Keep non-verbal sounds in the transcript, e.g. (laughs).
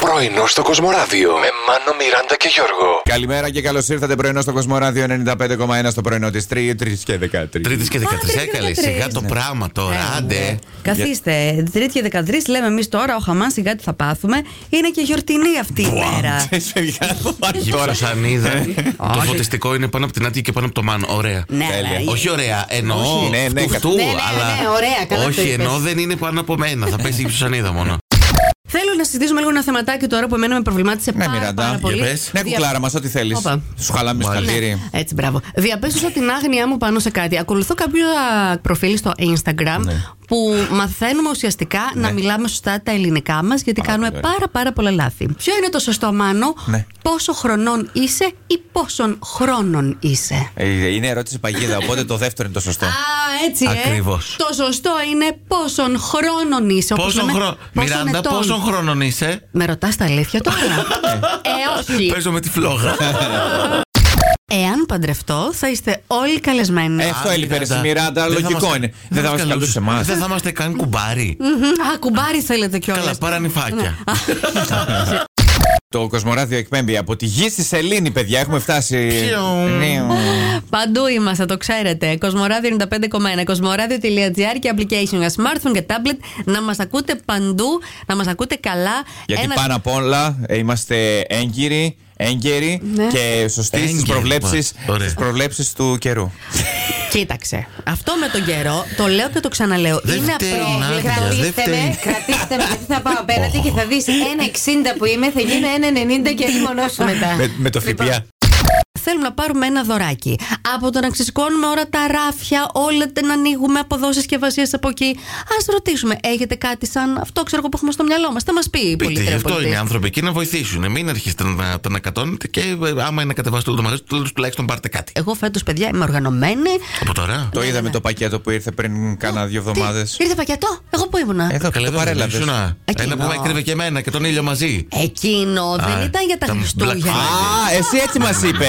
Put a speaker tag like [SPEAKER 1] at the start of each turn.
[SPEAKER 1] Πρωινό στο Κοσμοράδιο με Μάνο, Μιράντα και Γιώργο.
[SPEAKER 2] Καλημέρα και καλώς ήρθατε πρωινό στο Κοσμοράδιο 95,1 στο πρωινό της 3, 3 και 13.
[SPEAKER 3] Τρίτης και 13
[SPEAKER 4] τρίτης και
[SPEAKER 3] έκανε.
[SPEAKER 4] 13.
[SPEAKER 3] Σιγά το πράγμα
[SPEAKER 5] Ναι,
[SPEAKER 3] τώρα. Άντε.
[SPEAKER 4] Καθίστε. Τρίτης και 13 λέμε εμείς τώρα, ο Χαμάν σιγά τι θα πάθουμε. Είναι και γιορτινή αυτή η μέρα.
[SPEAKER 3] Τώρα σαν
[SPEAKER 2] Ε,
[SPEAKER 3] είδα. Το
[SPEAKER 4] Όχι.
[SPEAKER 3] φωτιστικό είναι πάνω από την Άτια και πάνω από το Μαν. Ωραία.
[SPEAKER 4] Ναι,
[SPEAKER 2] Τέλεια.
[SPEAKER 4] αλλά-
[SPEAKER 3] Όχι ωραία, εννοώ.
[SPEAKER 2] Ναι, ναι,
[SPEAKER 3] φτου-
[SPEAKER 2] κα-
[SPEAKER 3] φτου,
[SPEAKER 5] Ναι, ναι, ναι, ναι,
[SPEAKER 3] αλλά.
[SPEAKER 5] ωραία, καλά το
[SPEAKER 3] Όχι,
[SPEAKER 5] είπες.
[SPEAKER 3] εννοώ δεν είναι πάνω από μένα. Θα πέσει η ψουσανίδα μόνο.
[SPEAKER 4] Θέλω να συζητήσουμε λίγο ένα θεματάκι τώρα που εμένα με προβλημάτισε
[SPEAKER 2] Ναι,
[SPEAKER 4] πάρα,
[SPEAKER 2] Μιράντα.
[SPEAKER 4] πάρα πολύ.
[SPEAKER 3] Για πες.
[SPEAKER 2] Ναι, κουκλάρα μας, ό,τι θέλεις.
[SPEAKER 4] Όπα.
[SPEAKER 2] Σου χαλάμε στο χαλίρι.
[SPEAKER 5] Έτσι, μπράβο. Διαπέστουσα την άγνοιά μου πάνω σε κάτι. Ακολουθώ κάποια προφίλ στο Instagram
[SPEAKER 2] Ναι.
[SPEAKER 5] που μαθαίνουμε ουσιαστικά να μιλάμε σωστά τα ελληνικά μας, γιατί κάνουμε
[SPEAKER 2] πολύ ωραία.
[SPEAKER 5] πάρα πάρα πολλά λάθη. Ποιο είναι το σωστό, Μάνο,
[SPEAKER 2] Ναι.
[SPEAKER 5] πόσο χρονών είσαι ή πόσων χρόνων είσαι.
[SPEAKER 2] Ε, Είναι ερώτηση παγίδα, οπότε το δεύτερο είναι το σωστό.
[SPEAKER 5] Α, έτσι, ε.
[SPEAKER 3] Ακριβώς.
[SPEAKER 5] Το σωστό είναι πόσων χρόνων είσαι. όπως
[SPEAKER 3] Πόσο
[SPEAKER 5] λέμε,
[SPEAKER 3] χρόνο.
[SPEAKER 5] πόσων
[SPEAKER 3] Μιράντα,
[SPEAKER 5] ετών.
[SPEAKER 3] πόσον Ναι. χρόνων είσαι.
[SPEAKER 5] Με ρωτάς τα αλήθεια
[SPEAKER 3] (laughs)
[SPEAKER 5] τώρα. ε, όχι.
[SPEAKER 3] Παίζω με τη (laughs) φλόγα.
[SPEAKER 5] Εάν παντρευτώ, θα είστε όλοι καλεσμένοι.
[SPEAKER 2] Ε, Αυτό
[SPEAKER 3] Α,
[SPEAKER 2] έλειπε, ρε,
[SPEAKER 3] Μιράντα.
[SPEAKER 2] Μιράντα,
[SPEAKER 3] Δεν θα
[SPEAKER 2] λογικό
[SPEAKER 3] μας-
[SPEAKER 2] είναι. Δεν θα μας
[SPEAKER 3] καλούσε-
[SPEAKER 2] καλούσες εμάς.
[SPEAKER 3] Δεν θα είμαστε καν κουμπάρι.
[SPEAKER 5] Μμμ, Α, κουμπάρι θέλετε
[SPEAKER 3] Καλά,
[SPEAKER 5] κιόλας. Ναι.
[SPEAKER 3] παρανυφάκια.
[SPEAKER 2] Το Κοσμοράδιο εκπέμπει από τη γη στη Σελήνη, παιδιά. Έχουμε φτάσει.
[SPEAKER 3] Πιου.
[SPEAKER 2] Ναι.
[SPEAKER 5] Παντού είμαστε, το ξέρετε. Κοσμοράδιο 95,1, κοσμοράδιο.gr και application για smartphone και tablet. Να μας ακούτε παντού, να μας ακούτε καλά.
[SPEAKER 2] Γιατί
[SPEAKER 5] Ένας-
[SPEAKER 2] πάνω απ' όλα ε, είμαστε έγκυροι, έγκαιροι
[SPEAKER 5] Ναι.
[SPEAKER 2] και σωστοί στις
[SPEAKER 3] Έγκαιροι,
[SPEAKER 2] προβλέψεις,
[SPEAKER 3] μα. Ωραία.
[SPEAKER 2] στις προβλέψεις του καιρού.
[SPEAKER 5] Κοίταξε. Αυτό με τον καιρό, το λέω και το ξαναλέω.
[SPEAKER 3] Δεν
[SPEAKER 5] είναι
[SPEAKER 3] φταίει,
[SPEAKER 5] απρό.
[SPEAKER 3] Νάντια, δεν
[SPEAKER 5] Κρατήστε
[SPEAKER 3] φταίει.
[SPEAKER 5] με.
[SPEAKER 3] Φταίει.
[SPEAKER 6] με, κρατήστε με, γιατί θα πάω απέναντι και θα δεις 1,60 που είμαι, θα γίνω 1,90 και λίμωνό σου μετά.
[SPEAKER 2] με, με το ΦΠΑ.
[SPEAKER 5] Θέλουμε να πάρουμε ένα δωράκι. Από το να ξεσηκώνουμε όλα τα ράφια, όλα τα- να ανοίγουμε από εδώ συσκευασίε από εκεί. Ας ρωτήσουμε, έχετε κάτι σαν αυτό, ξέρω εγώ που έχουμε στο μυαλό μας. Θα μας πει η
[SPEAKER 3] Πείτε, γι'
[SPEAKER 5] πολιτεία.
[SPEAKER 3] αυτό είναι οι άνθρωποι εκεί να βοηθήσουν. Μην αρχίσετε να τα ανακατώνετε και ε, άμα είναι κατεβαστούν το μαγαζί, του- τουλάχιστον πάρτε κάτι.
[SPEAKER 5] Εγώ φέτος, παιδιά, είμαι οργανωμένη.
[SPEAKER 3] Από τώρα.
[SPEAKER 2] Το είδαμε το πακέτο που ήρθε πριν κάνα δύο εβδομάδε.
[SPEAKER 5] Τι, Ήρθε πακέτο, εγώ που ήμουνα.
[SPEAKER 2] Εδώ
[SPEAKER 3] Καλά,
[SPEAKER 2] το
[SPEAKER 3] δεν
[SPEAKER 2] παρέλαβε.
[SPEAKER 3] ήσουν, α.
[SPEAKER 5] Εκείνο.
[SPEAKER 3] Ένα που με έκρυβε και εμένα και τον ήλιο μαζί.
[SPEAKER 5] Εκείνο δεν
[SPEAKER 3] Α,
[SPEAKER 5] ήταν για τα
[SPEAKER 3] ήταν Black
[SPEAKER 5] Χριστούγεννα.
[SPEAKER 2] Α, εσύ έτσι μας είπες.